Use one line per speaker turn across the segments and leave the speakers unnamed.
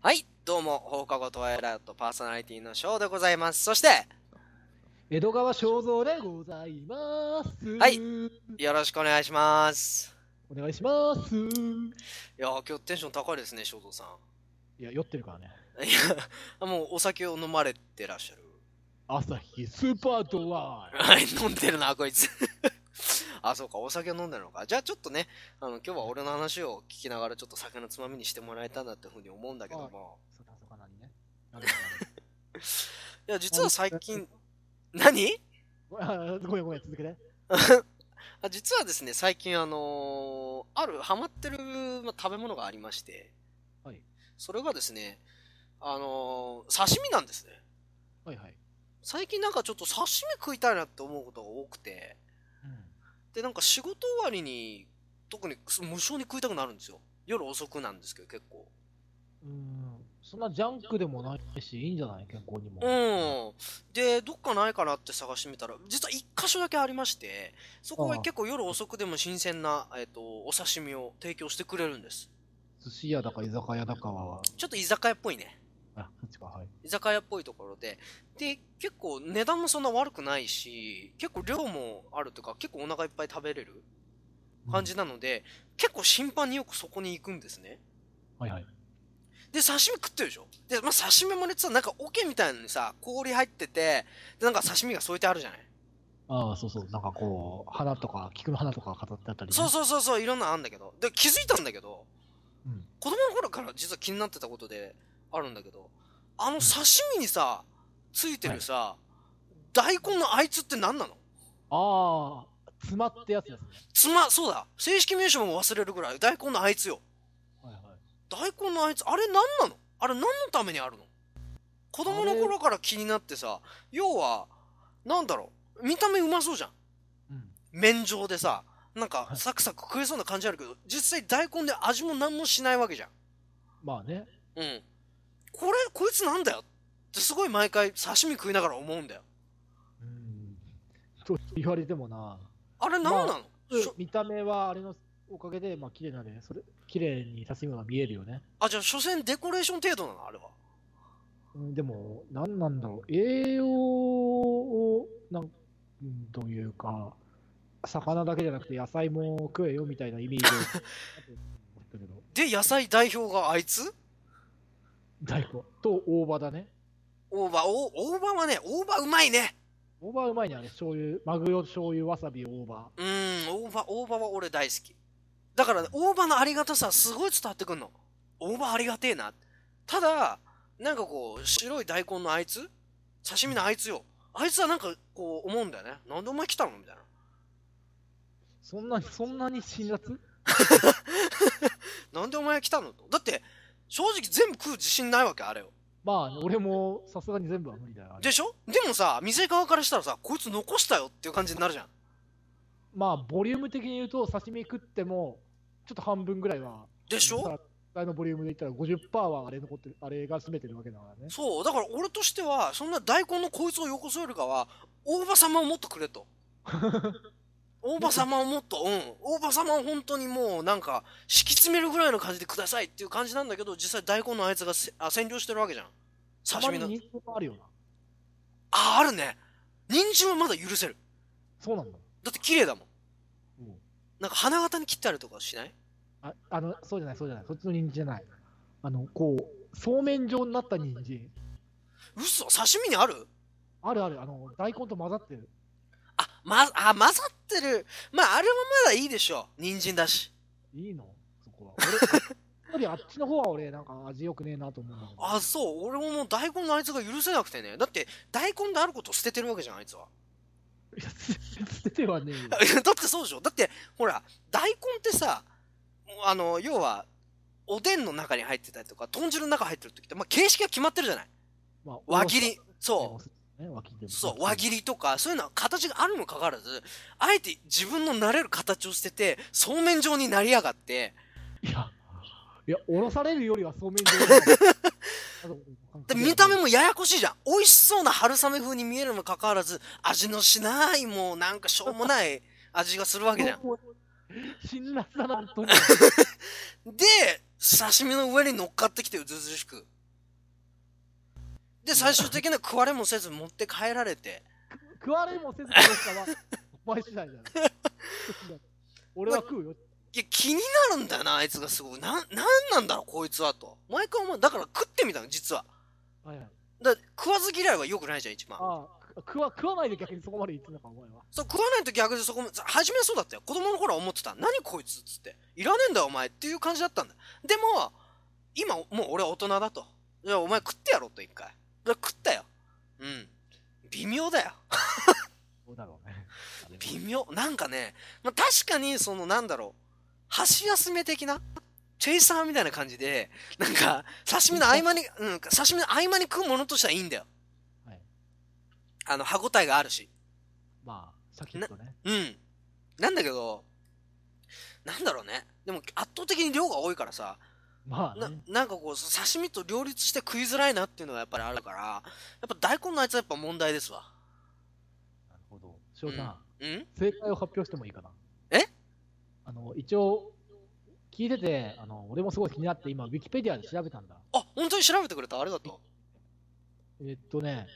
はい、どうも、放課後トワイライトパーソナリティのショーでございます。そして、
江戸川正蔵でございます。
はい。よろしくお願いします。
お願いします。
いやー、今日テンション高いですね、正蔵さ
いや、酔ってるからね。
ん。いや、もうお酒を飲まれてらっしゃる。
朝日スーパードライ。
はい、飲んでるな、こいつ。 あ、そうか、お酒飲んでるのか。じゃあちょっとね、あの、今日は俺の話を聞きながら、ちょっと酒のつまみにしてもらえたなってふうに思うんだけども。
そかそかなにね。なるほ
いや、実は最近、何
どなるほど ごめんごめん、続けて。
あ実はですね、最近あのーあるハマってる、まあ、食べ物がありまして、
はい
それがですね、あのー刺身なんですね。
はいはい。
最近なんかちょっと刺身食いたいなって思うことが多くて、で、なんか仕事終わりに、特にす無性に食いたくなるんですよ。夜遅くなんですけど、結構。
うん。うん。そんなジャンクでもないし、いいんじゃない健康にも。
うん。で、どっかないかなって探してみたら、実は一箇所だけありまして、そこ
あ
が
あ
結構夜遅くでも新鮮な、えっ、と、お刺身を提供してくれるんです。
寿司屋だか居酒屋だかは、
ちょっと居酒屋っぽいね。
あ、そっちか、はい。
居酒屋っぽいところで、で、結構値段もそんな悪くないし、結構量もあるとか、結構お腹いっぱい食べれる感じなので、結構頻繁によくそこに行くんですね。
はいはい。
で、刺身食ってるでしょで、まあ、刺身もね、実はなんか桶みたいなのにさ、氷入ってて、で、なんか刺身が添えてあるじゃない
ああ、そうそう。なんかこう、花とか、菊の花とか飾ってあったりね。
そうそうそうそう、いろんなのあんだけど。で、気づいたんだけど、
うん。
子供の頃から実は気になってたことであるんだけど、あの刺身にさ、ついてるさ、大根のあいつって何なの
ああ、詰まってやつですね。
つま、そうだ。正式名称も忘れるぐらい。大根のあいつよ。
はいはい。
大根のあいつ、あれ何なのあれ何のためにあるの子供の頃から気になってさ、要は、なんだろう。見た目うまそうじゃん。
うん。
麺状でさ、なんか
はい
サクサク食えそうな感じあるけど、実際大根で味も何もしないわけじゃん。
まあね。
うん。これ、こいつなんだよってすごい毎回刺身食いながら思うんだよ。
うん。と言われてもな。
あれ何なの、
ま
しょ
見た目はあれのおかげで、まあ綺麗なね、それ綺麗に刺身が見えるよね。
あ、じゃあ、所詮デコレーション程度なのあれは。
うんでも、何なんだろう、栄養を、なんうんというか、魚だけじゃなくて野菜も食えよみたいなイメージをだけど、
で、野菜代表があいつ
大根と大葉だね。
大葉、お大葉はね、大葉うまいね。
大葉うまいね、あれ、醤油、マグロ、醤油、わさび、大葉。
うーん、大葉、大葉は俺大好き。だから、ね、大葉のありがたさすごい伝わってくんの。大葉ありがてえな。ただ、なんかこう、白い大根のあいつ刺身のあいつよ。あいつはなんかこう思うんだよね。なんでお前来たのみたいな。
そんなに、そんなに辛辣
なんでお前来たのと。だって、正直全部食う自信ないわけ、あれを。
まあね、俺もさすがに全部は無理だよ。あれ
でしょでもさ、店側からしたらさ、こいつ残したよっていう感じになるじゃん。
まあ、ボリューム的に言うと、刺身食っても、ちょっと半分ぐらいは
でしょ
さあのボリュームで言ったら50%はあれ残ってるあれが占めてるわけだからね。
そう、だから俺としては、そんな大根のこいつをよこそよりかは、大葉様をもっとくれ と。大葉様をもっと、うん。大葉様を本当にもうなんか、敷き詰めるぐらいの感じでくださいっていう感じなんだけど、実際大根のあいつがせあ占領してるわけじゃん。
た
刺
ま
身
に
の。
人参もあるよな。
あ、あるね。人参はまだ許せる。
そうなんだ。
だって綺麗だもん。
うん
なんか花形に切ってあるとかしない
ああのそうじゃない、そうじゃない。そっちの人参じゃない。あの、こう、そうめん状になった人参。
嘘刺身にある
あるある、あの、大根と混ざってる。
あ、ま、あ、混ざってる。まあ、あれはまだいいでしょう。人参だし。
いいのそこは。俺、やっぱりあっちの方は俺、なんか味良くねえなと思うんだけど。
あ、そう。俺ももう大根のあいつが許せなくてね。だって、大根であることを捨ててるわけじゃん、あいつは。
いや捨ててはねえよ。
だってそうでしょ。だって、ほら、大根ってさ、あの、要は、おでんの中に入ってたりとか、豚汁の中入ってる時って、まあ、形式が決まってるじゃない。
まあ
輪切り。。そ
ね、輪切りで
う。
も
そう、輪切りとか、そういうのは形があるにもかかわらず、あえて自分の慣れる形を捨てて、そうめん状になりやがって、
いや、いや、おろされるよりはそうめん状だな あ
で
と
見た目もややこしいじゃん。美味しそうな春雨風に見えるにもかかわらず、味のしない、もうなんかしょうもない味がするわけじゃん。
辛辣だな、本当に。
で、刺身の上に乗っかってきてうずうずしく。で、最終的には食われもせず持って帰られて、
食われもせず殺したは、お前次第だよ。俺は食うよ。
いや、気になるんだよな、あいつがすごい。なん、なんなんだろう、こいつはと。毎回思う。だから食ってみたの、実は。
はいはい、
だ食わず嫌いは良くないじゃん、一番。
ああ、食わ、食わないで逆にそこまで言ってんのか、お前は。
そう、食わないと逆でそこも、さ初めはそうだったよ。子供の頃は思ってた。何こいつっつって。いらねえんだよ、お前っていう感じだったんだ。でも、今、もう俺は大人だと。じゃあ、お前食ってやろうと、一回。だから食ったよ。うん。微妙だよ。
そうだろうね。
微妙。なんかね、まあ、確かに、その、なんだろう。箸休め的なチェイサーみたいな感じで、なんか、刺身の合間に、うん、刺身の合間に食うものとしてはいいんだよ。
はい
あの、歯応えがあるし。
まあ、さっき言ったね。
うん。なんだけど、なんだろうね。でも圧倒的に量が多いからさ、
まあ
な
ね。
なんかこう、刺身と両立して食いづらいなっていうのがやっぱりあるから、やっぱ大根のあいつはやっぱ問題ですわ。
なるほど。翔さん、
うん
正解を発表してもいいかな。
え
あの、一応、聞いてて、あの、俺もすごい気になって、今、ウィキペディアで調べたんだ。
あ、本当に調べてくれたありがと
えっとね、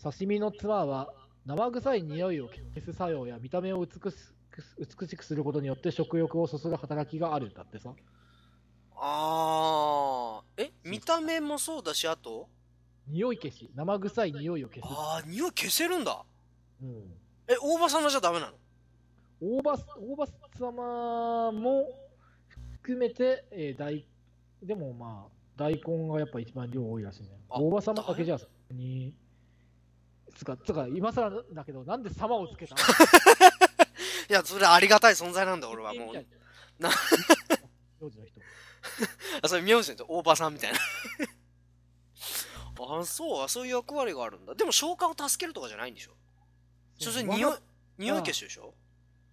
刺身のツマは生臭い匂いを消す作用や見た目を美しく美しくすることによって食欲をそそる働きがあるんだってさ。
う。あー、え見た目もそうだし、あと
匂い消し、生臭い匂いを消す。
あー、匂い消せるんだ。
うん、
え、大葉様じゃダメなの
大バス、大バス様も含めて、えー大、でもまあ、大根がやっぱ一番量多いらしいね。
あ
大バス様だけじゃ、そんなに、つか、つか、今更だけど、なんで様をつけた
いや、それありがたい存在なんだ、 俺はもう。な
な、名字の人。
あ、それ名字の人大葉さんみたいな。 あ、そう、あそういう役割があるんだ。でも消化を助けるとかじゃないんでしょそして匂い、匂い消しでしょ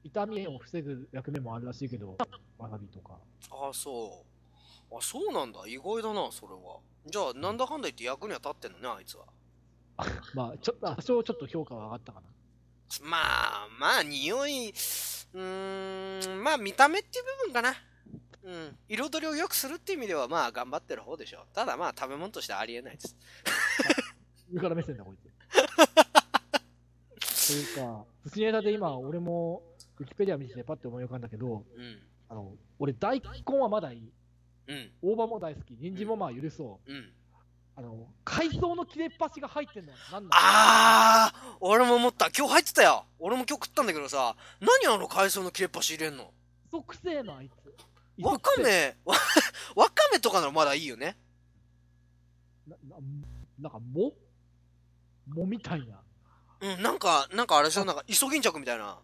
痛みを防ぐ役目もあるらしいけど、わさびとか。
ああ、そう。あ、そうなんだ。意外だな、それは。じゃあ、なんだかんだ言って役には立ってんのね、あいつは。
まあ、ちょあ多少ちょっと評価は上がったかな。
まあ、まあ、匂い、うーん、まあ、見た目っていう部分かな。うん。彩りを良くするっていう意味では、まあ、頑張ってる方でしょ。ただ、まあ、食べ物としてありえないです。
上から目線だ、こいつ。と いうか、寿司ネタで今、俺も、ウィキペディア見ててパッて思い浮かんだけど、
うん。
あの、俺、大根はまだいい。
うん。
大葉も大好き。人参もまあ許そう。
うん。
あの、海藻の切れっ端が入ってんのは何なの
あー、俺も思った。今日入ってたよ。俺も今日食ったんだけどさ、何あの海藻の切れっ端入れんの
磯くせえな、あいつ。
わかめ、わわかめとかならまだいいよね。
なななんか、ももみたいな。
うん、なんか、なんかあれさ、なんか、イソギンチャクみたいな。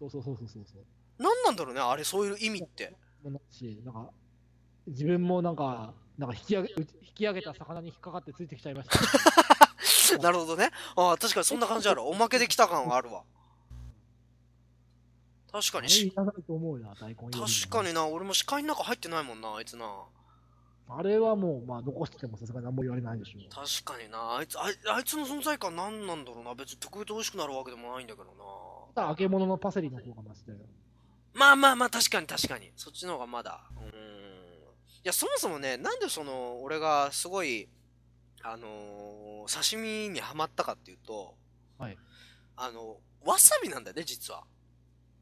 そうそうそうそうそうそう。
なんなんだろうね、あれ、そういう意味っ て。
もなし、なんか、自分もなんか、なんか引き上げ、うち引き上げた魚に引っかかってついてきちゃいました。
なるほどね。ああ、確かにそんな感じあ る。おまけできた感はあるわ。確か
あれ
にし、
いらないと思うな、大根よりも
確か。にな、俺も視界の中入ってないもんな、あいつな。
あれはもう、まあ、残しててもさすがに何も言われないでしょう。
確かにな、あいつ、あいあいつの存在感何なんだろうな。別に特別美味しくなるわけでもないんだけどな。
ただ、揚げ物のパセリの方がマシだよ。
まあまあまあ、確かに確かに。そっちの方がまだ。うーん。いや、そもそもね、なんでその、俺がすごい、あのー刺身にはまったかっていうと、
はい
あの、わさびなんだよね、実は。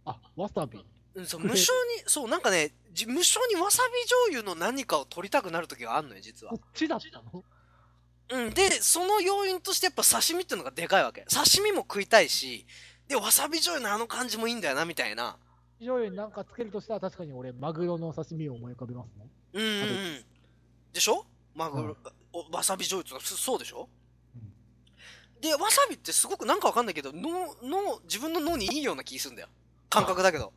あ、わさび。
うん、 そう、
これ
無性に、そう、なんかね、じ無性にわさび醤油の何かを取りたくなる時があるのよ、実は
こ。っちだったの
うん、で、その要因としてやっぱ刺身っていうのがでかいわけ。刺身も食いたいし、で、わさび醤油のあの感じもいいんだよな、みたいな。
醤油になんかつけるとしたら、確かに俺、マグロの刺身を思い浮かべますね。
うんうんう
あ
ん。でしょマグロ、
うん
おわさび醤油とか、そそうでしょ、
うん
で、わさびってすごくなんかわかんないけど、脳、脳、自分の脳にいいような気するんだよ。感覚だけど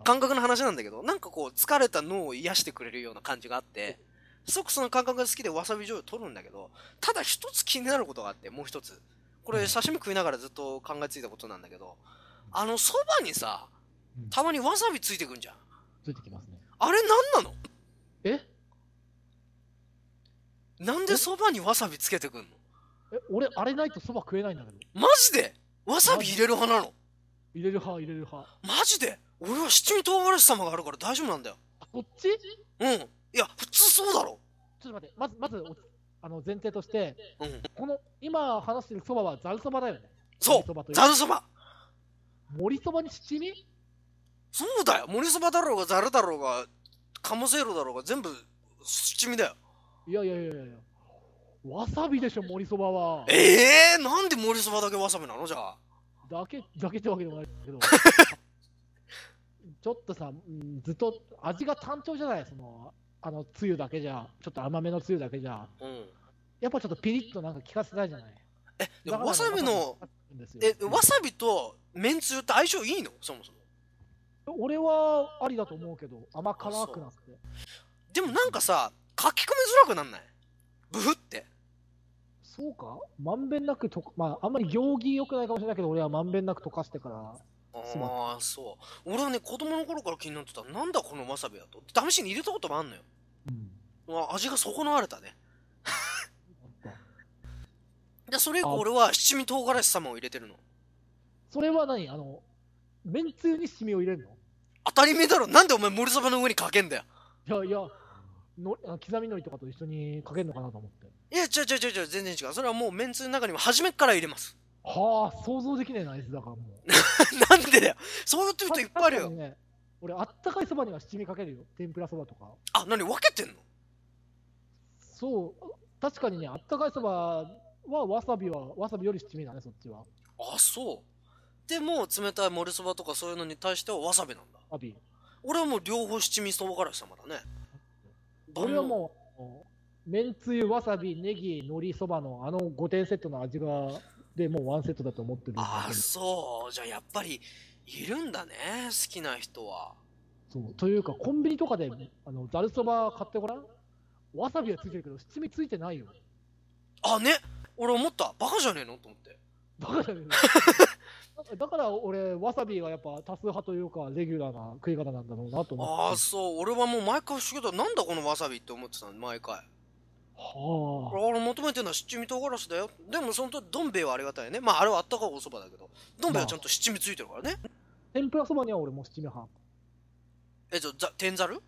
あ。
感覚の話なんだけど、なんかこう、疲れた脳を癒してくれるような感じがあって、すごくその感覚が好きでわさび醤油取るんだけど、ただ一つ気になることがあって、もう一つ。これ、
うん
刺身食いながらずっと考えついたことなんだけど、あの、そばにさ
うん、
たまにわさびついてくんじゃん。
ついてきますね。
あれなんなの
え
なんでそばにわさびつけてくんの
え、俺、あれないとそば食えないんだけど。
マジでわさび入れる派なの
入れる派、入れる派。
マジで俺は七味唐辛子様があるから大丈夫なんだよ。
あ、こっち
うん。いや、普通そうだろ。
ちょっと待って、まず、まず、おあの前提として、
うん。
この今話してるそばはざるそばだよね。
そう
ざるそばという
ざるそば。
森そばに七味
そうだよ。森そばだろうが、ざるだろうが、鴨せいろだろうが、全部、七味だよ。
いやいやいやいやいや。わさびでしょ、森そばは。
ええー、なんで森そばだけわさびなのじゃあ。
だけ、だけってわけでもないけど。 ちょっとさ、うんずっと味が単調じゃないその、あの、つゆだけじゃ、ちょっと甘めのつゆだけじゃ。
うん。
やっぱちょっとピリッとなんか効かせたいじゃない
え、でもわさびの、、え、わさびとめんつゆって相性いいのそもそも。
俺はありだと思うけど、甘辛くなって。
でもなんかさ、書き込みづらくなんないブフって。
そうかまんべんなくとか、まあ、あんまり行儀良くないかもしれないけど、俺はまんべんなく溶かしてから、す
ああ、そう。俺はね、子供の頃から気になってた。なんだこのわさびだと。試しに入れたこともあんのよ。
うん。
うわ味が損なわれたね。
やっぱ
で、それ以降
あ
俺は七味唐辛子様を入れてるの。
それは何あの、めんつゆにシミを入れる
当たり前だろ。なんでお前森そばの上にかけんだよ。
のいやいや、のあの刻みのりとかと一緒にかけるのかなと思って。
いや、違う違う違う違う、全然違う。それはもうめんつゆの中にも初めっから入れます。
はあ、想像できねえな、あいつだからもう。
なんでだよ。そうやってる人いっぱいある
確
よ
か。にね、俺、あったかいそばには七味かけるよ。天ぷらそばとか。
あ、何分けてんの
そう、確かにね、あったかいそばはわさびは、わさびより七味だね、そっちは。わ
あ、そう。でも、冷たい森そばとかそういうのに対してはわさびなんだ。
さび。
俺はもう両方七味唐辛子様だね。
俺はもう、めんつゆ、わさび、ネギ、海苔、そばのあの5点セットの味が、でもうワンセットだと思ってるんだ
ああ、
けど
そう。じゃあやっぱり、いるんだね。好きな人は。
そうというか、コンビニとかであのざるそば買ってごらん。わさびはついてるけど、七味ついてないよ。
あ、ね。俺思った。バカじゃねえのと思って。
だからね、 だから俺、わさびがやっぱ多数派というか、レギュラーな食い方なんだろうなと
あ
思
あ、
って。
そう。俺はもう毎回不思議だ。なんだこのわさびって思ってたの、毎回。
はあ、
俺求めてるのは七味唐辛子だよ。でもその時、どん兵衛はありがたいね。まああれはあったかいお蕎麦だけど。どん兵衛はちゃんと七味ついてるからね。
天ぷらそばには俺も七味派。
え、じゃあ、ざ天ざる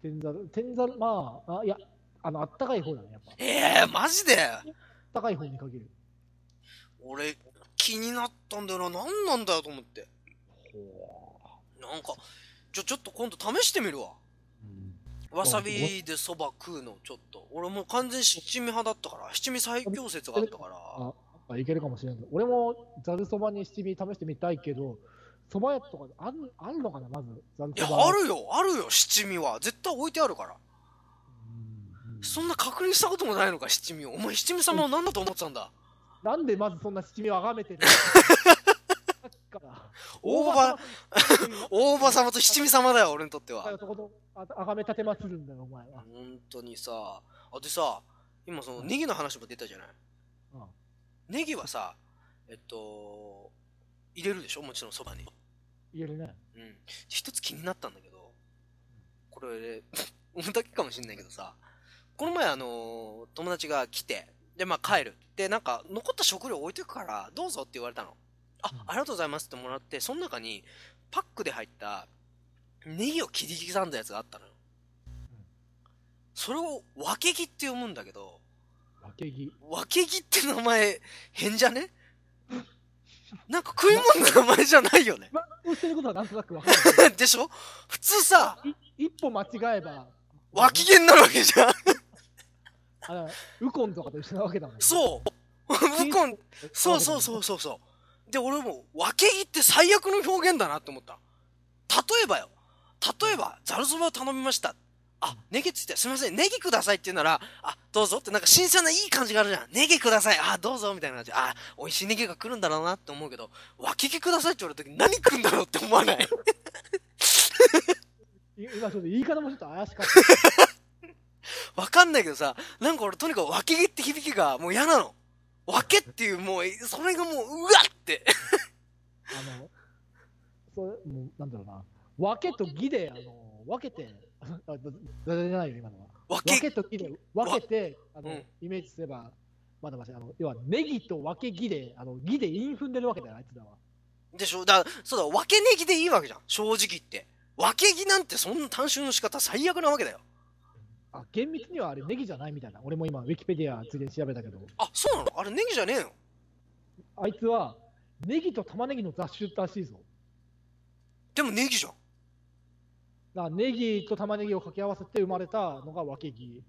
天ざる、天ざる、まあ、あいや、あの、あったかい方だね、やっぱ。あっ
ええー、マジで
たかい方に限る。
俺、気になったんだよな。何なんだよと思って。
ほ
なんか、じゃあちょっと今度試してみるわ。わさびでそば食うのちょっと俺もう完全に七味派だったから七味最強説があったから
ああいけるかもしれない。俺もざるそばに七味試してみたいけど、そば屋とかあるあるのかな、まず。ざる
い
そ
や
ば
あるよあるよ七味は絶対置いてあるから
うんうん
そんな確認したこともないのか七味をお前七味様を何だと思ってたんだ
なんでまずそんな七味をあがめてるさっき から
大場大場様と七味様だよ俺にとって
だ
は
よとことああがめ立てまつるんだよ、お前は。
本当にさあでさ今そのネギの話も出たじゃない
うん
ネギはさえっと入れるでしょもちろんそばに
言えるね。
うん、一つ気になったんだけど、これ、俺だけかもしんないけどさ、この前あのー友達が来て、で、まあ帰る。で、なんか、残った食料置いてくから、どうぞって言われたの。あ、
うん
ありがとうございますってもらって、その中に、パックで入った、ネギを切り刻んだやつがあったのよ。それを、分け木って読むんだけど、
分け木。
分け木って名前、変じゃねなんか食い物の名前じゃないよね。
まあ、言ってることはなんとなく分かる。
でしょ普通さ、
い一歩間違えば、
脇毛になるわけじゃん。
あのウコンとかと一緒なわけだもん。
そう。ウコン、そうそうそうそうそう。で、俺も、分け木って最悪の表現だなって思った。例えばよ。例えば、ざるそばを頼みました。あ、ネギついて、すみません、ネギくださいって言うなら、あ、どうぞって、なんか新鮮ないい感じがあるじゃん。ネギください。あ、どうぞみたいな感じ。あ、美味しいネギが来るんだろうなって思うけど、分け木くださいって言われた時何来るんだろうって思わ ない。
い今ちょっと言い方もちょっと怪しかっ
わかんないけどさ、なんか俺とにかく分け毛って響きがもう嫌なの。分けっていうもう、それがもう、うわって。
た。あの、それ、もう、なんだろうな。分けと義で、あの、分けて、あ、だ、だだじゃないよ、今のは。
分
分
け、
けと義で、分けて、あの、
うん
イメージすれば、まだまし、あの、要は、ネギと分け義で、あの、義で陰踏んでるわけだよ、あいつらは。
でしょだから、そうだ、分けネギでいいわけじゃん。正直言って。分け木なんてそんな単純の仕方最悪なわけだよ。
あ、厳密にはあれネギじゃないみたいな。俺も今、ウィキペディアついで調べたけど、
あ、そうなのあれネギじゃねえの
あいつはネギと玉ねぎの雑種らしいぞ。
でもネギじゃん。
だからネギと玉ねぎを掛け合わせて生まれたのが脇木。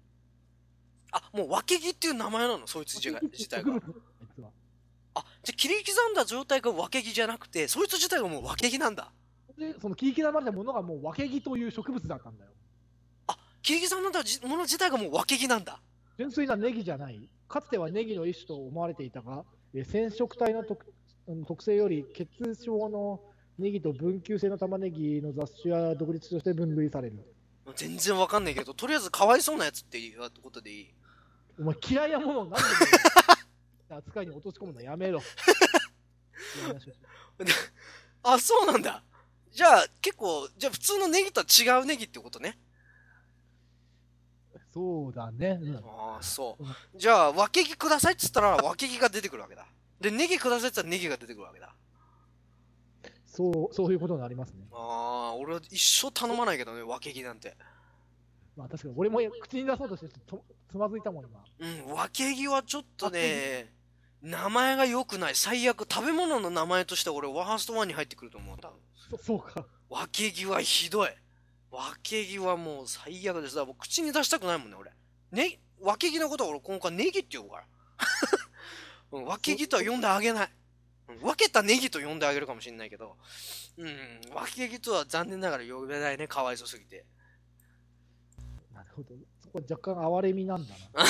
あ、もう分け木っていう名前なのそいつ自体が自 体が。
あいつは。
あ、じゃあ切り刻んだ状態が分け木じゃなくて、そいつ自体がもう分け木なんだ。
で、その切り刻まれたものがもう脇木という植物だったんだよ。
あ、切り刻んだじもの自体がもう分け木なんだ。
純粋なネギじゃない。かつてはネギの一種と思われていたが、えー染色体の特うん特性より血症のネギと分球性の玉ねぎの雑種や独立として分類される。
全然わかんないけど、とりあえずかわいそうなやつっていうことでいい。
お前嫌いなものを何でも扱いに落とし込むの や めろ。いや話をし
あ、そうなんだ。じゃあ、結構、じゃあ普通のネギとは違うネギってことね。
そうだね。うん
ああ、そう
うん。
じゃあ、分け木くださいっつったら、分け木が出てくるわけだ。で、ネギくださいっつったらネギが出てくるわけだ。
そう、そういうことになりますね。
ああ、俺は一生頼まないけどね、分け木なんて。
まあ確かに俺も口に出そうとしてとつまずいたもん今。
うん、分け木はちょっとね、名前が良くない。最悪、食べ物の名前として俺、ワーストワンに入ってくると思う。多分
そそうか。
分け木はひどい。分け木はもう最悪です。だからもう口に出したくないもんね、俺。ね、分け木のことは俺今回ネギって呼ぶから。 うん、分け木とは呼んであげない。うん分けたネギと呼んであげるかもしれないけど、うん、分け木とは残念ながら呼べないね、かわいそうすぎて。
なるほど。そこは若干哀れみなんだ な。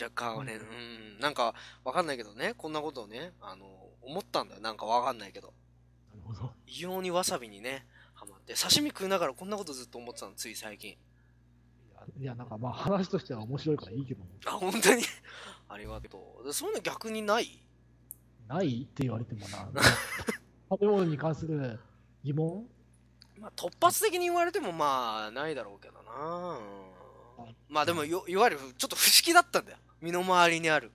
若干はね、うん、なんかわかんないけどね、こんなことをね、あの、思ったんだよ。なんかわかんないけど。
なるほど。
異様にわさびにね、ハマって。刺身食いながらこんなことずっと思ってたの、つい最近。
いや、なんかまあ話としては面白いからいいけども、
あ、本当にありがとう。でそういうの逆にない
ないって言われてもな、食べ物に関する疑問
まあ、突発的に言われてもまあ、ないだろうけどな。うんまあでもよ、いわゆる、ちょっと不思議だったんだよ。身の回りにある。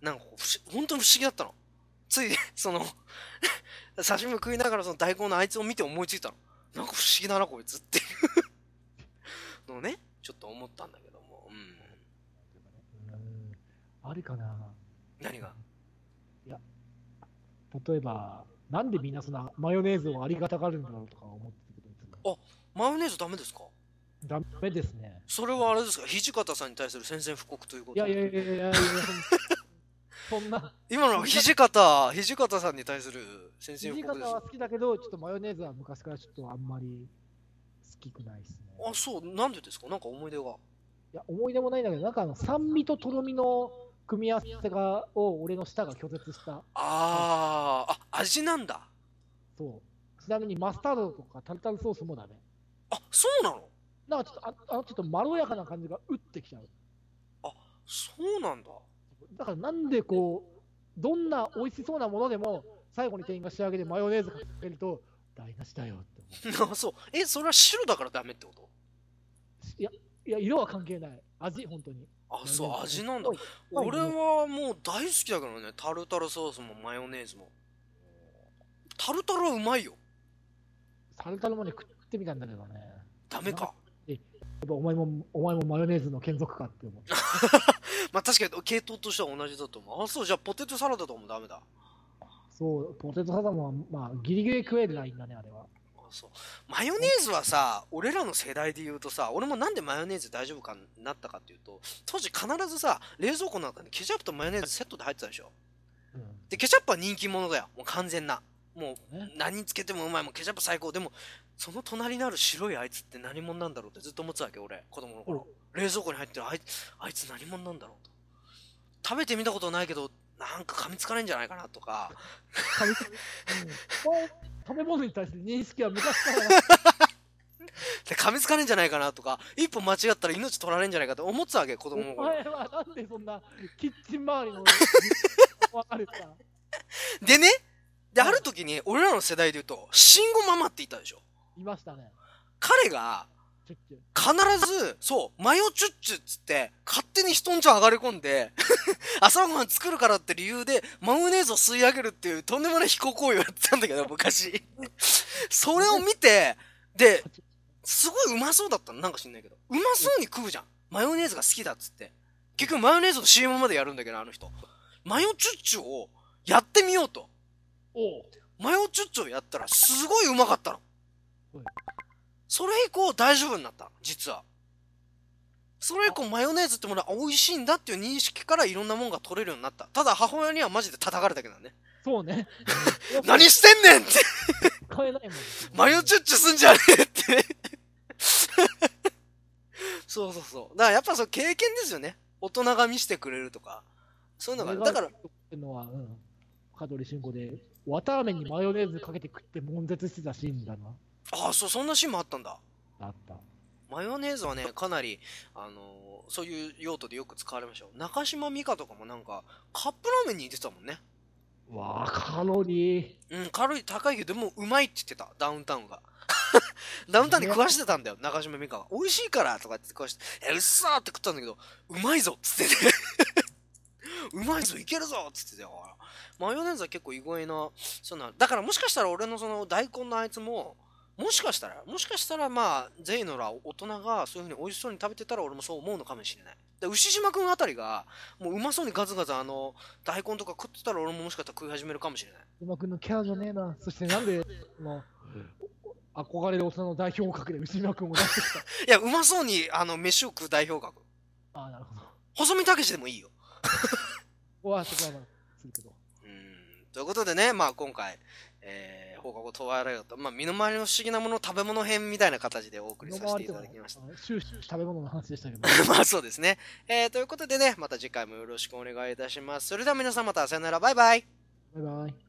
なんかこう、不思本当に不思議だったの。つい、 その、刺身食いながらその大根のあいつを見て思いついたの。なんか不思議だな、こいつっていう。 のをね、ちょっと思ったんだけども。うん。
うんあるかな
何が
例えば、なんでみんなそんなマヨネーズをありがたがるんだろうとか思ってたけどいつも、
マヨネーズダメですか
ダメですね。
それはあれですか土方さんに対する宣戦布告ということ
いやいやいやいやいや、そんな、
今のは 土方、土方さんに対する先生
土
のこと
方
です。
は好きだけど、ちょっとマヨネーズは昔からちょっとあんまり好きくないですね。
あ、そう、なんでですかなんか思い出が。
いや、思い出もないんだけど、なんかあの酸味ととろみの組み合わせがを俺の舌が拒絶した。
あー、あ、味なんだ。
そう。ちなみにマスタードとかタルタルソースもダメ。
あ、そうなの
なんかちょっと、ああのちょっとまろやかな感じが打ってきちゃう。
そうなんだ。
だからなんでこう、どんな美味しそうなものでも、最後に店員が仕上げでマヨネーズかけると、台無しだよって思
あそう。え、それは白だからダメってこと
う。いや、いや、色は関係ない。味、本当に。
あ、そう、味なんだ
おい。
俺はもう大好きだからね。タルタルソースもマヨネーズも。タルタルはうまいよ。
タルタルもね、食ってみたんだけどね。や
ダメか。
っぱお前も、お前もマヨネーズの眷属かって思う。
まあ確かに系統としては同じだと思う。あ、そう、じゃあポテトサラダとかもダメだ。
そう、ポテトサラダも、まあ、ギリギリ食えるラインだね、あれは。
あそうマヨネーズはさ俺らの世代で言うとさ俺もなんでマヨネーズ大丈夫かになったかっていうと当時必ずさ冷蔵庫の中にケチャップとマヨネーズセットで入ってたでしょ
うん。
でケチャップは人気者だよもう完全なもう
ね
何につけてもうまいもうケチャップ最高でもその隣にある白いあいつって何者なんだろうってずっと思ってたわけ俺子供の頃冷蔵庫に入ってるあいあいつ何者なんだろうと食べてみたことないけどなんか噛みつかないんじゃないかなとか
食べ食べ物に対する認識は昔からな
で噛みつかねえんじゃないかなとか一歩間違ったら命取られんじゃないかって思ってたわけ子供の
お
頃
前はなんでそんなキッチン周 りのわかるさ
でねである時に俺らの世代で言うと慎吾ママっていたでしょ
いましたね
彼が
チェック
必ずそうマヨチュッチュっつって勝手に人んち上がり込んで 朝ごはん作るからって理由でマヨネーズを吸い上げるっていうとんで もない非行行為をやってたんだけど昔それを見てですごいうまそうだったのなんか知んないけど。うまそうに食うじゃん。マヨネーズが好きだっつって。結局マヨネーズと CM までやるんだけど、あの人。マヨチュッチュをやってみようと。
おう
マヨチュッチュをやったらすごいうまかったの
はい。
それ以降大丈夫になった、実は。それ以降マヨネーズってものは美味しいんだっていう認識からいろんなもんが取れるようになった。ただ母親にはマジで叩かれたけどね。
そ うね。
何してんねんって
使えないもん。
マヨチュッチュすんじゃねえって。 そうそうそう。だからやっぱその経験ですよね。大人が見せてくれるとか。そういうのがある。だから
俺、が言ってるのは、うん。香取慎吾で、綿あめにマヨネーズかけて食って悶絶してたシーンだな。
ああ、そう、そんなシーンもあったんだ。
あった。
マヨネーズはね、かなり、あのーそういう用途でよく使われましたよ。中島美嘉とかもなんか、カップラーメンに似てたもんね。
わあ、カロリー。
うん、軽い、高いけど、でもうまいって言ってた、ダウンタウンが。ダウンタウンに食わしてたんだよ、中島美嘉が。美味しいからとかって食わして、え、うっさーって食ったんだけど、うまいぞっつって て。うまいぞ、いけるぞっつってたよ。マヨネーズは結構意外な、そんな、だからもしかしたら俺のその大根のあいつも、もしかしたら、もしかしたらまあ、全員のら大人がそういう風に美味しそうに食べてたら俺もそう思うのかもしれない。で牛島くんあたりが、もううまそうにガツガツあの、大根とか食ってたら俺ももしかしたら食い始めるかもしれない。
うまくんのキャラじゃねえな。そしてなんで、その、憧れる大人の代表格で牛島くんを出してきた。
いや、うまそうに、あの、飯を食う代表格。
ああ、なるほど。こ
細見武士でもいいよ。
こはそこはまあ、するけど。
うん。ということでね、まあ今回、えー、放課後問われよと、まあ身の回りの不思議なもの食べ物編みたいな形でお送りさせていただきました。
あの終始食べ物の話でしたけど。
まあそうですね。えー、ということでね、また次回もよろしくお願いいたします。それでは皆さんまたさよなら、バイバイ。
バイバイ。